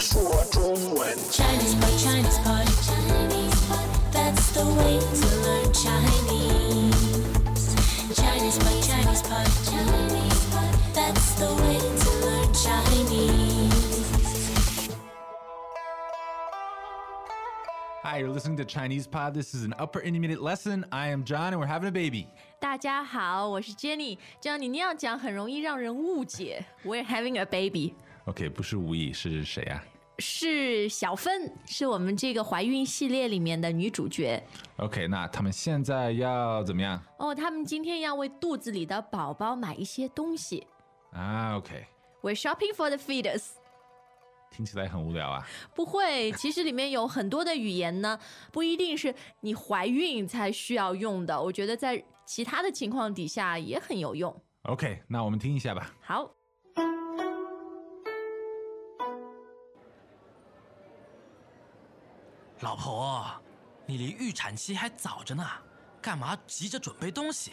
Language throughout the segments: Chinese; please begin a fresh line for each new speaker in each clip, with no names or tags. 说中文。
Chinese pot, Chinese pot, Chinese pot. That's the way to learn Chinese. Chinese pot, Chinese pot, Chinese pot. That's the way to learn Chinese.
Hi, you're listening to Chinese Pod. This is an upper intermediate lesson. I am John, and we're having a baby.
大家好，我是 Jenny。这样你那样讲很容易让人误解。We're having a baby，
OK，不是吴亦是谁呀、
是小芬，是我们这个怀孕系列里面的女主角。
o k 那他们现在要怎么样
哦，他们今天要为肚子里的宝宝买一些东西。
啊？OK，
We're shopping for the fetus。
听起来很无聊啊。
不会，其实里面有很多的语言呢，不一定是你怀孕才需要用的。我觉得在其他的情况底下也很有用。
OK，那我们听一下吧。
好，
老婆，你离预产期还早着呢，干嘛急着准备东西？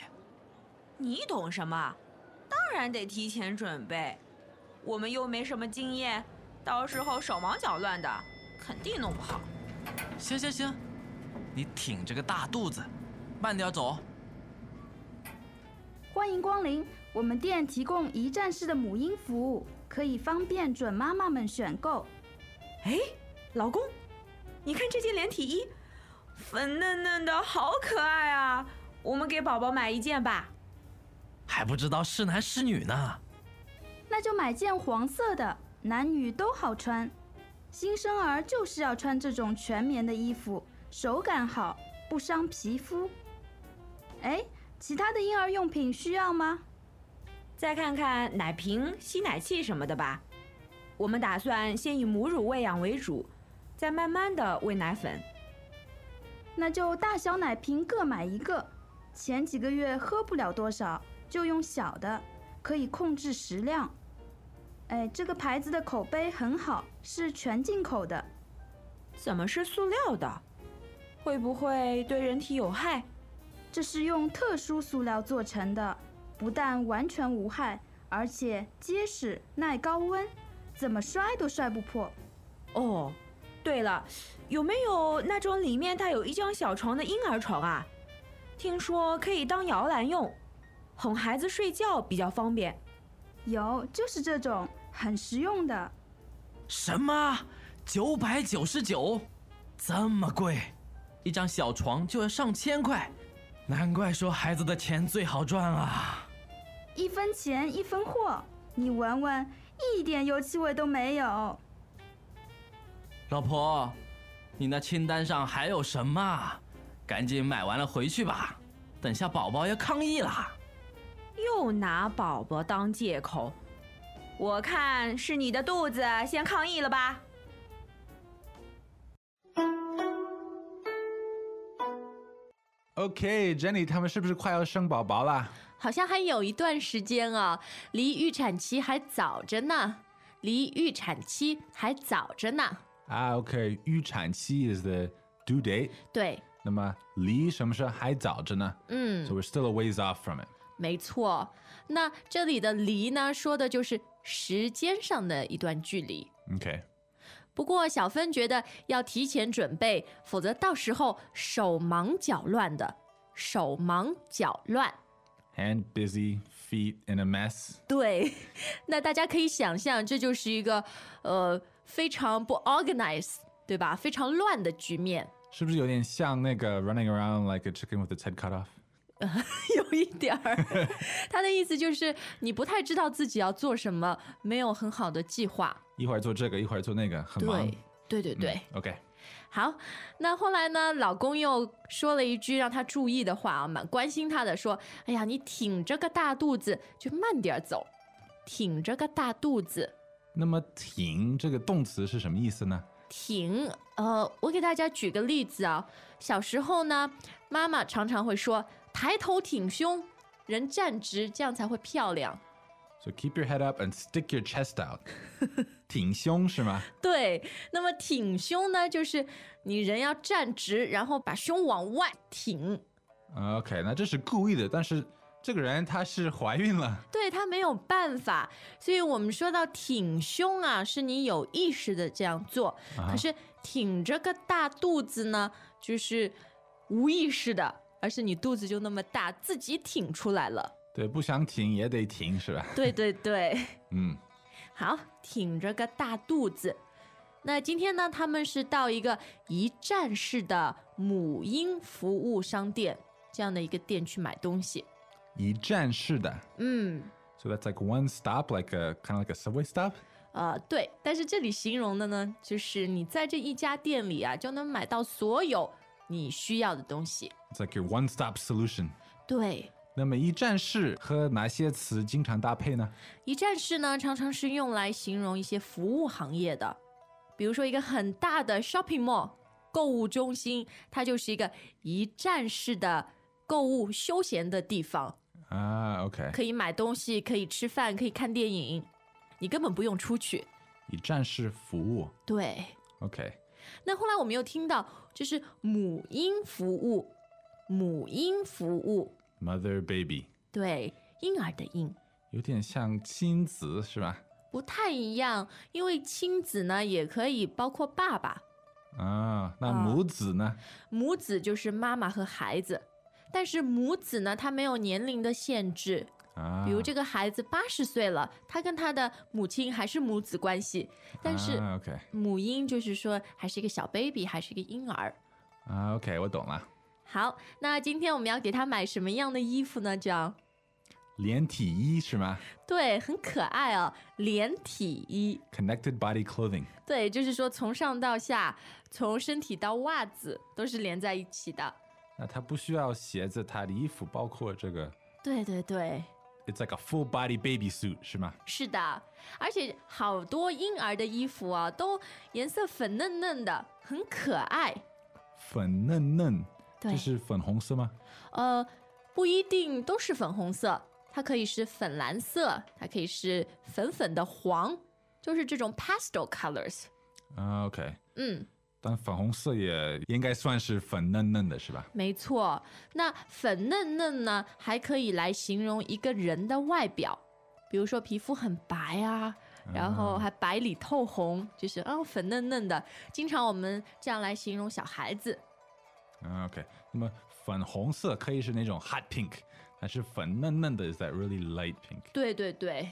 你懂什么？当然得提前准备，我们又没什么经验，到时候手忙脚乱的，肯定弄不好。
行行行，你挺着个大肚子，慢点走。
欢迎光临，我们店提供一站式的母婴服务，可以方便准妈妈们选购。
哎，老公，你看这件连体衣，粉嫩嫩的，好可爱啊！我们给宝宝买一件吧。
还不知道是男是女呢。
那就买件黄色的，男女都好穿。新生儿就是要穿这种全棉的衣服，手感好，不伤皮肤。哎，其他的婴儿用品需要吗？
再看看奶瓶、吸奶器什么的吧。我们打算先以母乳喂养为主，再慢慢的喂奶粉。
那就大小奶瓶各买一个。前几个月喝不了多少，就用小的，可以控制食量。哎，这个牌子的口碑很好，是全进口的。
怎么是塑料的？会不会对人体有害？
这是用特殊塑料做成的，不但完全无害，而且结实耐高温，怎么摔都摔不破。
哦，对了，有没有那种里面带有一张小床的婴儿床啊？听说可以当摇篮用，哄孩子睡觉比较方便。
有，就是这种，很实用的。
什么？九百九十九，这么贵？一张小床就要上千块，难怪说孩子的钱最好赚啊！
一分钱一分货，你闻闻，一点油漆味都没有。
老婆，你那清单上还有什么啊？赶紧买完了回去吧，等下宝宝要抗议啦。
又拿宝宝当借口，我看是你的肚子先抗议了吧。
OK，Jenny，、他们是不是快要生宝宝啦？
好像还有一段时间啊，离预产期还早着呢，离预产期还早着呢。
啊，OK，预产期 is the due date。
对，
那么离什么时候还早着呢、
嗯
s o，we're still a ways off from it。
没错。那这里的离呢，说的就是时间上的一段距离。
OK，
不过小芬觉得要提前准备，否则到时候手忙脚乱的，手忙脚乱。
hand busy, feet in a mess。
对， 那大家可以想象，这就是一个呃非常不 organize，对吧？非常乱的局面，
是不是有点像那个 running around like a chicken with its head cut off？
有一点儿。他的意思就是你不太知道自己要做什么，没有很好的计划。
一会儿做这个，一会儿做那个，很忙。
对，对对对。
嗯，OK，
好，那后来呢？老公又说了一句让她注意的话啊，蛮关心她的，说：“哎呀，你挺着个大肚子，就慢点儿走，挺着个大肚子，
那么“挺”这个动词是什么意思呢？
挺。”呃，我给大家举个例子啊，小时候呢，妈妈 常常会说：“抬头挺胸，人站直，这样才会漂亮。
So keep your head up and stick your chest out 。挺胸是吗？”
对，那么挺胸呢，就是你人要站直，然后把胸往外挺。
OK，那这是故意的，但是这个人她是怀孕了，
对他没有办法，所以我们说到挺胸啊，是你有意识的这样做，
啊
可是挺着个大肚子呢，就是无意识的，而是你肚子就那么大，自己挺出来了。
对，不想停也得停，是吧？
对对对，
嗯，
好，啊挺着个大肚子。那今天呢，他们是到一个一站式的嗯母婴服务商店这样的一个店去买东西。
一站式的
嗯，
，so that's like one stop, like a kind of like a subway stop.
呃，对，但是这里形容的呢，就是你在这一家店里啊，就能买到所有你需要的东西。
It's like your one stop solution.
对，
那么一站式和哪些词经常搭配呢？
一站式呢，常常是用来形容一些服务行业的，比如说一个很大的 shopping mall 购物中心，它就是一个一站式的购物休闲的地方，
啊，OK，
可以买东西，可以吃饭，可以看电影，你根本不用出去。
一站式服务
对，
，OK，
那后来我们又听到，就是母婴服务，母婴服务，
mother baby
对，婴儿的婴
有点像亲子是吧？
不太一样，因为亲子呢也可以包括爸爸，
啊，那
啊
母子呢？
母子就是妈妈和孩子，但是母子呢，它没有年龄的限制。
啊，
比如这个孩子八十岁了，他跟他的母亲还是母子关系，但是
啊，OK，
母婴就是说还是一个小 baby，还是一个婴儿。
啊，OK，我懂了，
好，那今天我们要给他买什么样的衣服呢？这样
连体衣是吗
对，很可爱哦，连体衣。
？Connected body clothing，
对，就是说从上到下，从身体到袜子都是连在一起的。
那它不需要鞋子，它的衣服包括这个
对对对，
，It's like a full body baby suit 是吗？
是的，而且好多婴儿的衣服啊，都颜色粉嫩嫩的，很可爱。
粉嫩嫩，
对
这是粉红色吗？
呃，不一定都是粉红色，它可以是粉蓝色，它可以是粉粉的黄，就是这种 pastel colors。
啊，OK，
嗯，
但粉红色也应该算是粉嫩嫩的是吧？
没错。那粉嫩嫩呢，还可以来形容一个人的外表，比如说皮肤很白啊。然后还白里透红，就是啊、粉嫩嫩的。经常我们这样来形容小孩子，
啊，OK，那么粉红色可以是那种 hot pink，但是粉嫩嫩的 is that really light pink？OK，、
对对对，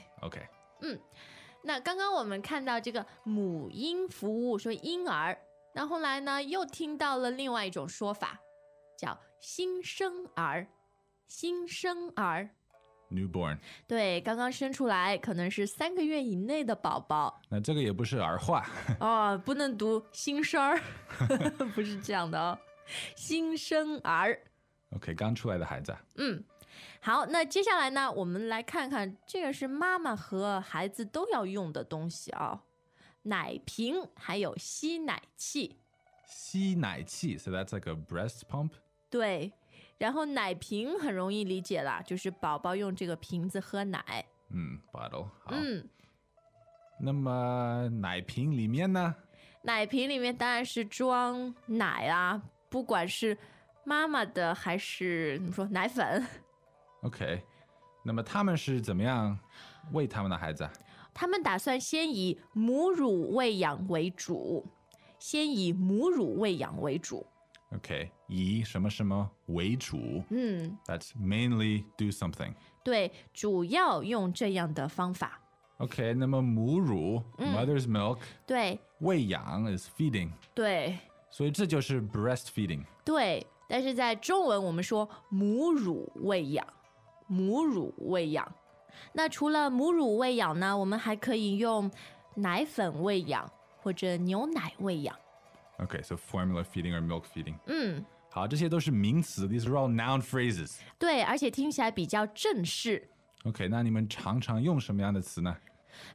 那刚刚我们看到这个母婴服务，说婴儿，那后来呢又听到了另外一种说法，叫新生儿。新生儿，
newborn，
对，刚刚生出来，可能是三个月以内的宝 宝
那这个也不是儿化，
哦，不能读新生儿，不是这样的哦，新生儿。
OK，刚出来的孩子啊，
嗯，好，那接下来呢，我们来看看这个是妈妈和孩子都要用的东西啊、奶瓶还有吸奶器。
吸奶器，so that's like a breast pump。
对，然后奶瓶很容易理解啦，就是宝宝用这个瓶子喝奶。
嗯，bottle。好，
嗯，
那么奶瓶里面呢？
奶瓶里面当然是装奶啊，不管是妈妈的还是怎么说奶粉，
OK，那么他们是怎么样喂他们的孩子啊？
他们打算先以母乳喂养为主，先以母乳喂养为主。
OK，以什么什么为主
嗯，
？That's mainly do something。
对，主要用这样的方法。
OK，那么母乳、mother's milk
对，
喂养 is feeding，
对，
所以这就是 breastfeeding。
对。但是在中文我们说母乳喂养，母乳喂养。那除了母乳喂养呢，我们还可以用奶粉喂养或者牛奶喂养。
OK，so、formula feeding or milk feeding。
嗯，
好，这些都是名词，these are all noun phrases。
对，而且听起来比较正式。
OK，那你们常常用什么样的词呢？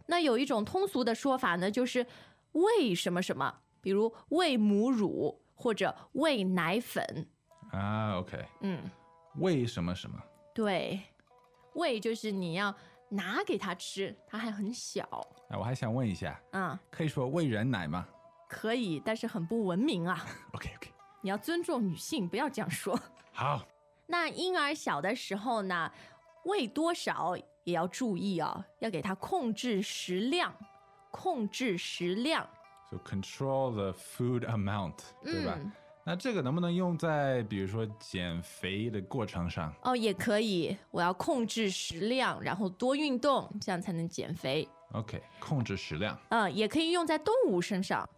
那有一种通俗的说法呢，就是喂什么什么，比如喂母乳或者喂奶粉。
啊，OK，
嗯。
为什么什么？
对，喂就是你要拿给他吃，他还很小
哎，我还想问一下，
啊、
可以说喂人奶吗
可以，但是很不文明啊！
？OK OK，
你要尊重女性，不要这样说。
好，
那婴儿小的时候呢，喂多少也要注意啊，要给它控制食量，控制食量。
So control the food amount，、对吧
嗯？
那这个能不能用在比如说减肥的过程上？
哦，也可以，我要控制食量，然后多运动，这样才能减肥。
OK，控制食量
嗯，也可以用在动物身上，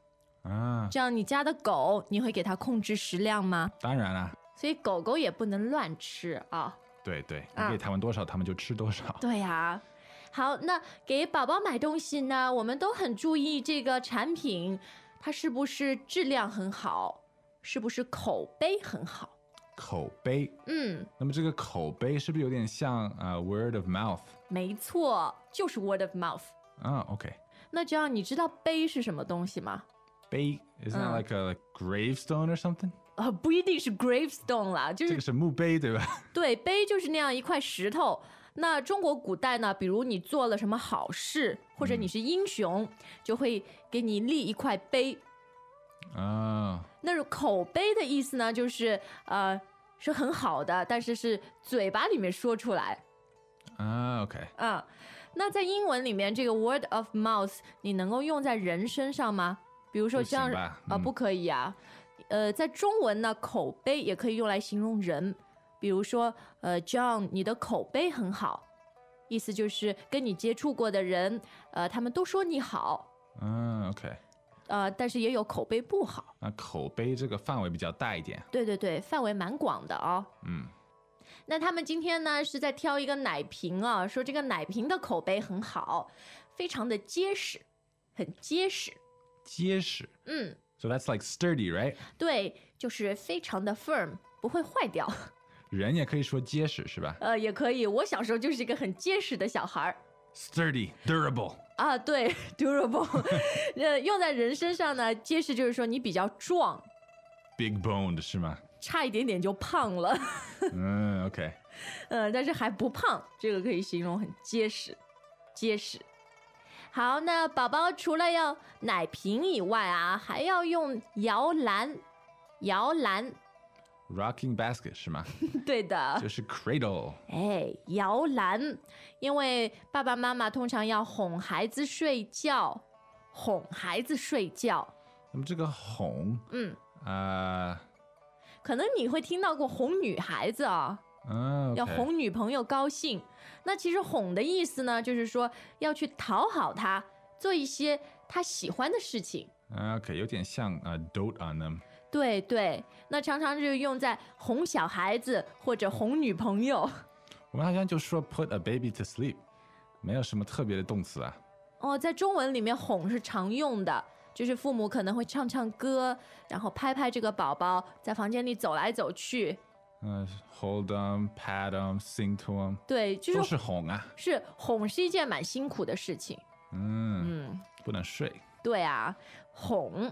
啊，
这样你家的狗，你会给它控制食量吗？
当然啦，
所以狗狗也不能乱吃啊。
对对，你
啊
给它们多少，它们就吃多少。
对呀、好，那给宝宝买东西呢，我们都很注意这个产品，它是不是质量很好，是不是口碑很好。
口碑，
嗯，
那么这个口碑是不是有点像啊、呃 word of mouth
没错，就是 word of mouth。
啊？OK，
那这样你知道碑是什么东西吗？
碑 isn't that
嗯
like a gravestone or something？、
啊、不一定是 gravestone 啦，就
这
是
个是墓碑对吧？
对，碑就是那样一块石头。那中国古代呢，比如你做了什么好事，或
嗯
者你是英雄，就会给你立一块碑。
啊，
那种口碑的意思呢，就是呃是很好的，但是是嘴巴里面说出来。
啊，OK，
嗯，那在英文里面，这个 word of mouth 你能够用在人身上吗？比如说
不行
这样
吧
啊、
嗯
不可以啊。呃，在中文呢，口碑也可以用来形容人，比如说呃，John，你的口碑很好，意思就是跟你接触过的人，呃，他们都说你好，
嗯，OK，
呃，但是也有口碑不好。
那口碑这个范围比较大一点，
对对对，范围蛮广的啊、
嗯
那他们今天呢是在挑一个奶瓶啊，说这个奶瓶的口碑很好，非常的结实，很结实。
结实。
嗯，
So that's like sturdy, right？
对，就是非常的 firm，不会坏掉。
人也可以说结实是吧
呃，也可以。我小时候就是一个很结实的小孩儿
？Sturdy, durable。
啊，对，durable。呃， 用在人身上呢，结实就是说你比较壮，
Big boned 是吗？
差一点点就胖了，
嗯，OK，
呃，但是还不胖，这个可以形容很结实，结实。好，那宝宝除了要奶瓶以外啊，还要用摇篮，摇篮，
rocking basket 是 吗？
对的
就，是 cradle。
哎，摇篮，因为爸爸妈妈通常要哄孩子睡觉，哄孩子睡觉，
那么这个哄
嗯，
啊，
可能你会听到过哄女孩子啊、
嗯，
要哄女朋友高兴。那其实哄的意思呢，就是说要去讨好她，做一些她喜欢的事情。
OK，有点像啊 dote on them。
对对，那常常就用在哄小孩子或者哄女朋友。
我们好像就说 put a baby to sleep，没有什么特别的动词啊。
哦，在中文里面哄是常用的，就是父母可能会唱唱歌，然后拍拍这个宝宝，在房间里走来走去。
嗯，hold them, pat them, sing to them，
对，就
都
是
是哄啊。
是哄是一件蛮辛苦的事情。
嗯，
嗯，
不能睡。
对啊，哄。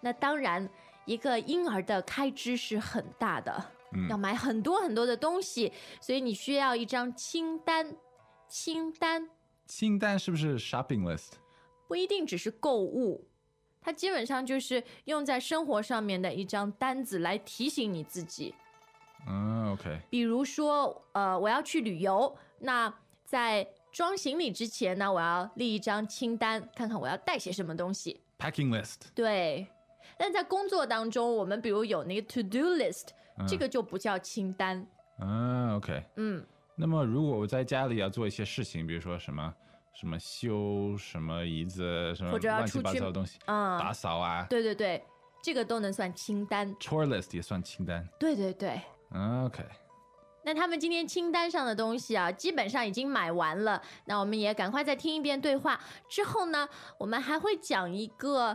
那当然，一个婴儿的开支是很大的，
嗯
要买很多很多的东西，所以你需要一张清单。清单
清单是不是 shopping list？
不一定只是购物，它基本上就是用在生活上面的一张单子来提醒你自己。
嗯，OK，
比如说，呃，我要去旅游，那在装行李之前呢，我要立一张清单，看看我要带些什么东西。
packing list。
对，但在工作当中，我们比如有那个 to do list，、
嗯
这个就不叫清单。
嗯，OK。
嗯，
那么如果我在家里要做一些事情，比如说什么什么修什么椅子，什么
或者要
乱七
出
八
去
糟的东西，
嗯
打扫啊
对对对，这个都能算清单。
，chore list 也算清单。
对对对。
嗯 OK，
那他们今天清单上的东西啊，基本上已经买完了。那我们也赶快再听一遍对话。之后呢，我们还会讲一个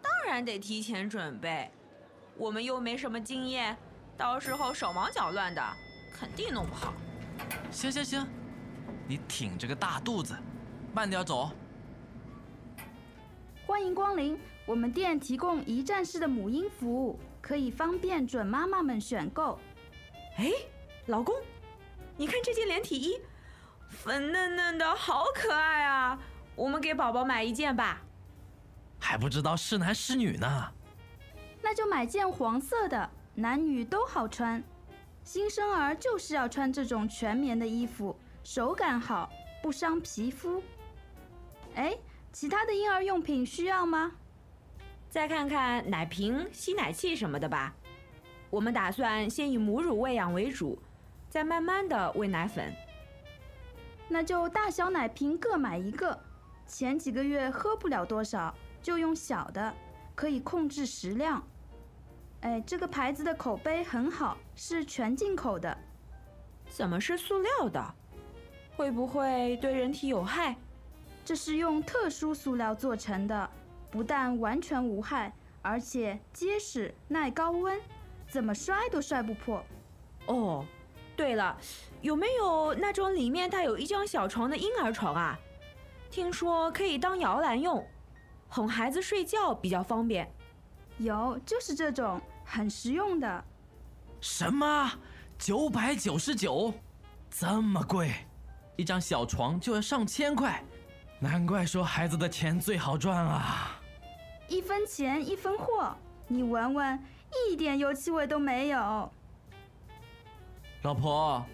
当然得提前准备，我们又没什么经验，到时候手忙脚乱的，肯定弄不好。
行行行，你挺着个大肚子，慢点走。
欢迎光临，我们店提供一站式的母婴服务，可以方便准妈妈们选购。
哎，老公，你看这件连体衣，粉嫩嫩的，好可爱啊！我们给宝宝买一件吧。
还不知道是男是女呢。
那就买件黄色的，男女都好穿。新生儿就是要穿这种全棉的衣服，手感好，不伤皮肤。哎，其他的婴儿用品需要吗？
再看看奶瓶、吸奶器什么的吧。我们打算先以母乳喂养为主，再慢慢的喂奶粉。
那就大小奶瓶各买一个。前几个月喝不了多少，就用小的，可以控制食量。哎，这个牌子的口碑很好，是全进口的。
怎么是塑料的？会不会对人体有害？
这是用特殊塑料做成的，不但完全无害，而且结实耐高温，怎么摔都摔不破。
哦，对了，有没有那种里面带有一张小床的婴儿床啊？听说可以当摇篮用，哄孩子睡觉比较方便。
有，就是这种很实用的。
什么？九百九十九，这么贵？一张小床就要上千块，难怪说孩子的钱最好赚啊！
一分钱一分货，你闻闻，一点油漆味都没有。
老婆，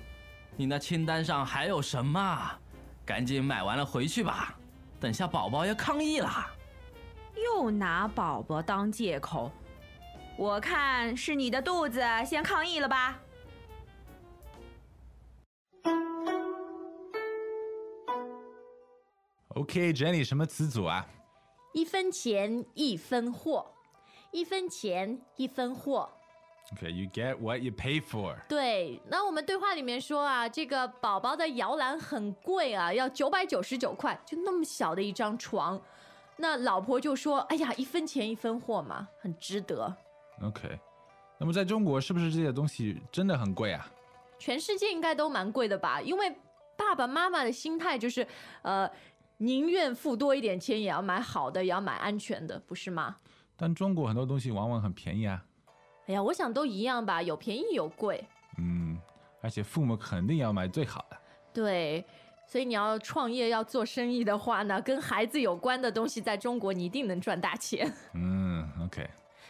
你那清单上还有什么啊？赶紧买完了回去吧，等下宝宝要抗议啦！
又拿宝宝当借口，我看是你的肚子先抗议了吧。
OK，Jenny、什么词组啊？
一分钱一分货，一分钱一分货。
Okay, you get what you pay for.
对，那我们对话里面说啊，这个宝宝的摇篮很贵啊，要九百九十九块，就那么小的一张床。那老婆就说：“哎呀，一分钱一分货嘛，很值得。
OK，那么在中国是不是这些东西真的很贵啊？
全世界应该都蛮贵的吧？因为爸爸妈妈的心态就是，呃，宁愿付多一点钱，也要买好的，也要买安全的，不是吗？
但中国很多东西往往很便宜啊，
哎呀，我想都一样吧，有便宜有贵。
嗯，而且父母肯定要买最好的。
对，所以你要创业要做生意的话呢，跟孩子有关的东西，在中国你一定能赚大钱。
嗯，OK，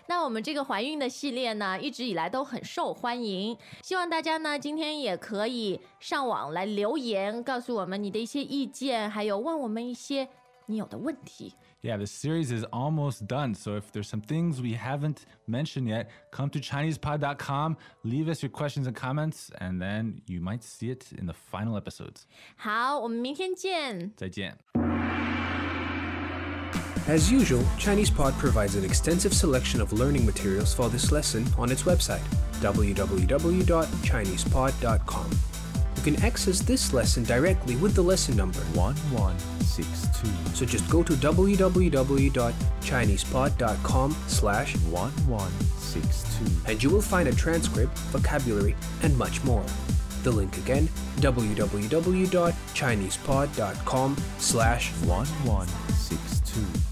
那我们这个怀孕的系列呢，一直以来都很受欢迎，希望大家呢今天也可以上网来留言，告诉我们你的一些意见，还有问我们一些你有的问题。
Yeah, the series is almost done. So if there's some things we haven't mentioned yet, come to ChinesePod.com, leave us your questions and comments, and then you might see it in the final episodes.
好，我们明天见。
再见.
As usual, ChinesePod provides an extensive selection of learning materials for this lesson on its website, www.chinesepod.com. You can access this lesson directly with the lesson number,
1162
so just go to www.chinesepod.com slash
1162
and you will find a transcript, vocabulary, and much more. The link again, www.chinesepod.com slash
1162